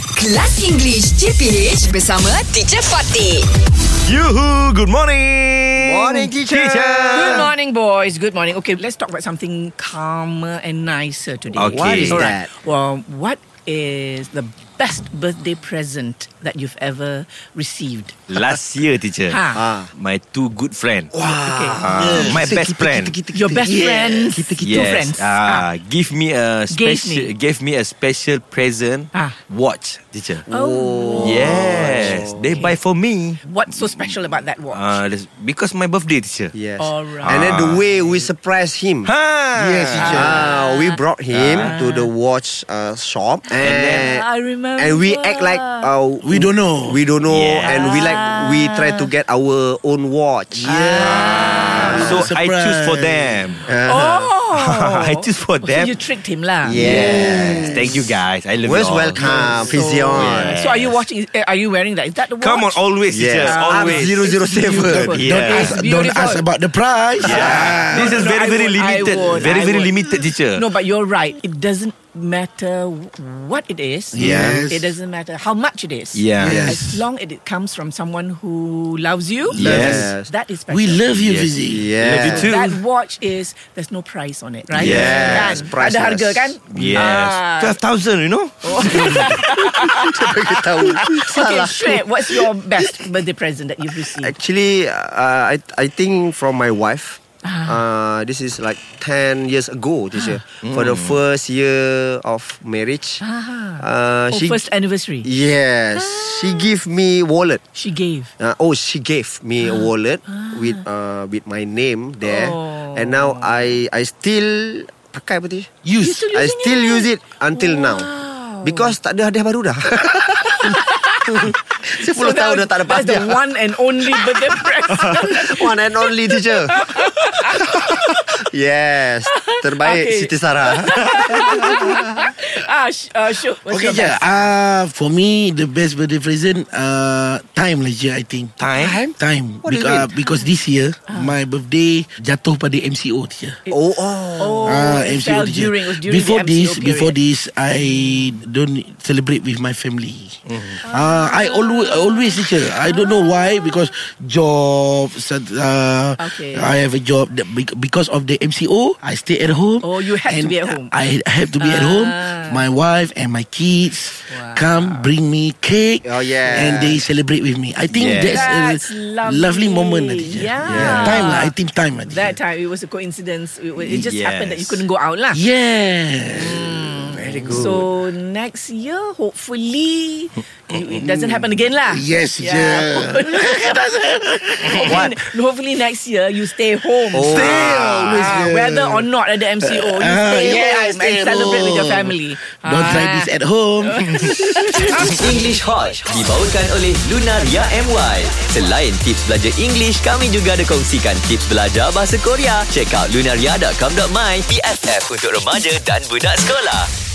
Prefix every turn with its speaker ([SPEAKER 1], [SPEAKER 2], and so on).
[SPEAKER 1] Kelas English CPH bersama Teacher Fatih.
[SPEAKER 2] Yuhu, good morning.
[SPEAKER 3] Morning, teacher.
[SPEAKER 4] Good morning, boys. Good morning. Okay, let's talk about something calmer and nicer today.
[SPEAKER 2] Okay. What is
[SPEAKER 3] that?
[SPEAKER 4] Alright. Well, what is the best birthday present that you've ever received?
[SPEAKER 2] Last year, teacher,
[SPEAKER 4] Ha.
[SPEAKER 2] my two good friend,
[SPEAKER 4] Okay.
[SPEAKER 5] Ah.
[SPEAKER 2] uh, my best friend,
[SPEAKER 4] Your best friends, two
[SPEAKER 2] yes,
[SPEAKER 4] friends. Ah.
[SPEAKER 2] uh, give me a special, gave me a special present,
[SPEAKER 4] Ah.
[SPEAKER 2] watch, teacher.
[SPEAKER 4] Oh,
[SPEAKER 2] Yes, they buy for me.
[SPEAKER 4] what's so special about that watch?
[SPEAKER 2] Uh, that's- because my birthday, teacher.
[SPEAKER 3] Yes.
[SPEAKER 4] Alright.
[SPEAKER 3] And then the way we surprised him.
[SPEAKER 2] Ha.
[SPEAKER 3] Yes, teacher. Ah, we brought him to the watch uh, shop, and,
[SPEAKER 4] Yeah, I remember.
[SPEAKER 3] and we act like uh, we
[SPEAKER 5] don't know.
[SPEAKER 3] We don't know,
[SPEAKER 2] Yeah.
[SPEAKER 3] and we like we try to get our own watch.
[SPEAKER 2] So I choose for them.
[SPEAKER 4] oh,
[SPEAKER 2] I choose for
[SPEAKER 4] Oh,
[SPEAKER 2] them.
[SPEAKER 4] So you tricked him, lah.
[SPEAKER 2] Yes. Thank you guys. I love
[SPEAKER 3] Most
[SPEAKER 2] you all.
[SPEAKER 3] welcome, Fizion.
[SPEAKER 4] So are you watching? eh, Are you wearing that? Is that the watch?
[SPEAKER 2] Come on, always, teacher.
[SPEAKER 3] Yes, I'm
[SPEAKER 2] Always.
[SPEAKER 3] zero zero
[SPEAKER 2] Yeah.
[SPEAKER 3] seven.
[SPEAKER 4] Beautiful.
[SPEAKER 5] Don't
[SPEAKER 4] It's
[SPEAKER 5] ask, don't
[SPEAKER 4] beautiful.
[SPEAKER 5] ask about the price.
[SPEAKER 2] Yeah. This is
[SPEAKER 4] No,
[SPEAKER 2] very,
[SPEAKER 4] I
[SPEAKER 2] very
[SPEAKER 4] won't, I
[SPEAKER 2] limited.
[SPEAKER 4] won't,
[SPEAKER 2] very,
[SPEAKER 4] I
[SPEAKER 2] very
[SPEAKER 4] won't.
[SPEAKER 2] limited, teacher.
[SPEAKER 4] No, but you're right. It doesn't matter wh- what it is.
[SPEAKER 5] Yes.
[SPEAKER 4] It doesn't matter how much it is.
[SPEAKER 2] Yeah.
[SPEAKER 5] Yes.
[SPEAKER 4] As long as it comes from someone who loves you.
[SPEAKER 2] Yes.
[SPEAKER 4] That is special.
[SPEAKER 5] We love you,
[SPEAKER 2] Yes.
[SPEAKER 5] Fizi.
[SPEAKER 2] Love you
[SPEAKER 3] Yeah.
[SPEAKER 2] too.
[SPEAKER 4] That watch is there's no price on it, right?
[SPEAKER 3] Yes,
[SPEAKER 4] Kan?
[SPEAKER 3] priceless.
[SPEAKER 4] Ada harga kan?
[SPEAKER 2] Yes.
[SPEAKER 4] Ah.
[SPEAKER 2] 12,000, you know?
[SPEAKER 3] Kita tahu.
[SPEAKER 4] Okay,
[SPEAKER 3] Salah.
[SPEAKER 4] Shrek, what's your best birthday present that you've received?
[SPEAKER 3] Actually, uh, I I think from my wife.
[SPEAKER 4] Ah.
[SPEAKER 3] Uh, this is like 10 years ago this year
[SPEAKER 4] Ah.
[SPEAKER 3] for
[SPEAKER 4] Hmm.
[SPEAKER 3] the first year of marriage uh,
[SPEAKER 4] Oh, first Ah. anniversary.
[SPEAKER 3] yes she gave me wallet
[SPEAKER 4] She gave.
[SPEAKER 3] uh, oh she gave me
[SPEAKER 4] Ah.
[SPEAKER 3] a wallet with uh, with my name there
[SPEAKER 4] Oh.
[SPEAKER 3] and now I I still pakai apa tu
[SPEAKER 4] You
[SPEAKER 5] Use.
[SPEAKER 4] still
[SPEAKER 3] I
[SPEAKER 4] using
[SPEAKER 3] still
[SPEAKER 4] it?
[SPEAKER 3] use it until now because tak ada hadiah baru dah 10
[SPEAKER 4] So
[SPEAKER 3] tahun
[SPEAKER 4] that
[SPEAKER 3] dah
[SPEAKER 4] was-
[SPEAKER 3] tak dapat
[SPEAKER 4] That's the
[SPEAKER 3] hadiah
[SPEAKER 4] one and only birthday present.
[SPEAKER 3] One and only teacher Yes Terbaik
[SPEAKER 4] Okay.
[SPEAKER 3] okay. Siti Sarah
[SPEAKER 4] ah, sh- uh, sure. What's
[SPEAKER 5] Okay,
[SPEAKER 4] your
[SPEAKER 5] yeah.
[SPEAKER 4] best?
[SPEAKER 5] Uh, for me, the best birthday present, uh, time lah je, I think.
[SPEAKER 2] Time? Time?
[SPEAKER 5] Time.
[SPEAKER 3] What do you
[SPEAKER 5] Beca- because this year, my birthday jatuh pada MCO, teacher.
[SPEAKER 3] Oh oh
[SPEAKER 4] Oh,
[SPEAKER 5] Ah,
[SPEAKER 4] it fell during, it was during
[SPEAKER 5] before
[SPEAKER 4] the MCO
[SPEAKER 5] this,
[SPEAKER 4] period.
[SPEAKER 5] before this, I don't celebrate with my family.
[SPEAKER 4] Mm-hmm.
[SPEAKER 5] Uh, I always, always teacher. I don't know why because job. sat- Uh,
[SPEAKER 4] Okay.
[SPEAKER 5] I have a job that bec- because of the MCO. I stay at home.
[SPEAKER 4] Oh, you have to
[SPEAKER 5] and
[SPEAKER 4] be at home. Ah.
[SPEAKER 5] I have to be at home. My wife and my kids come bring me cake.
[SPEAKER 3] Oh, yeah.
[SPEAKER 5] and they celebrate with me. I think
[SPEAKER 2] Yeah.
[SPEAKER 5] that's,
[SPEAKER 4] That's
[SPEAKER 5] a
[SPEAKER 4] lovely.
[SPEAKER 5] lovely, moment, lah, teacher.
[SPEAKER 4] Yeah.
[SPEAKER 5] time lah. I think time lah, teacher.
[SPEAKER 4] That time it was a coincidence. It, wa- it just
[SPEAKER 2] Yes.
[SPEAKER 4] happened that you couldn't go out lah.
[SPEAKER 5] Yeah.
[SPEAKER 4] Mm.
[SPEAKER 3] Very good
[SPEAKER 4] So next year, hopefully, it, it doesn't happen again lah.
[SPEAKER 5] Yes,
[SPEAKER 4] Yeah.
[SPEAKER 5] yeah.
[SPEAKER 4] Hopefully, hopefully next year you stay home.
[SPEAKER 3] Oh. Stay
[SPEAKER 4] Ah,
[SPEAKER 5] always there.
[SPEAKER 4] whether or not at the MCO, you
[SPEAKER 5] Ah,
[SPEAKER 4] stay
[SPEAKER 5] yeah,
[SPEAKER 4] home
[SPEAKER 5] stay
[SPEAKER 4] and celebrate with your
[SPEAKER 5] home.
[SPEAKER 4] family.
[SPEAKER 5] Don't try
[SPEAKER 4] Ah.
[SPEAKER 5] this at home.
[SPEAKER 6] English Hot dibawakan oleh Lunaria MY. Selain tips belajar English, kami juga ada kongsikan tips belajar bahasa Korea. Check out lunaria.com.my PFF untuk remaja dan budak sekolah.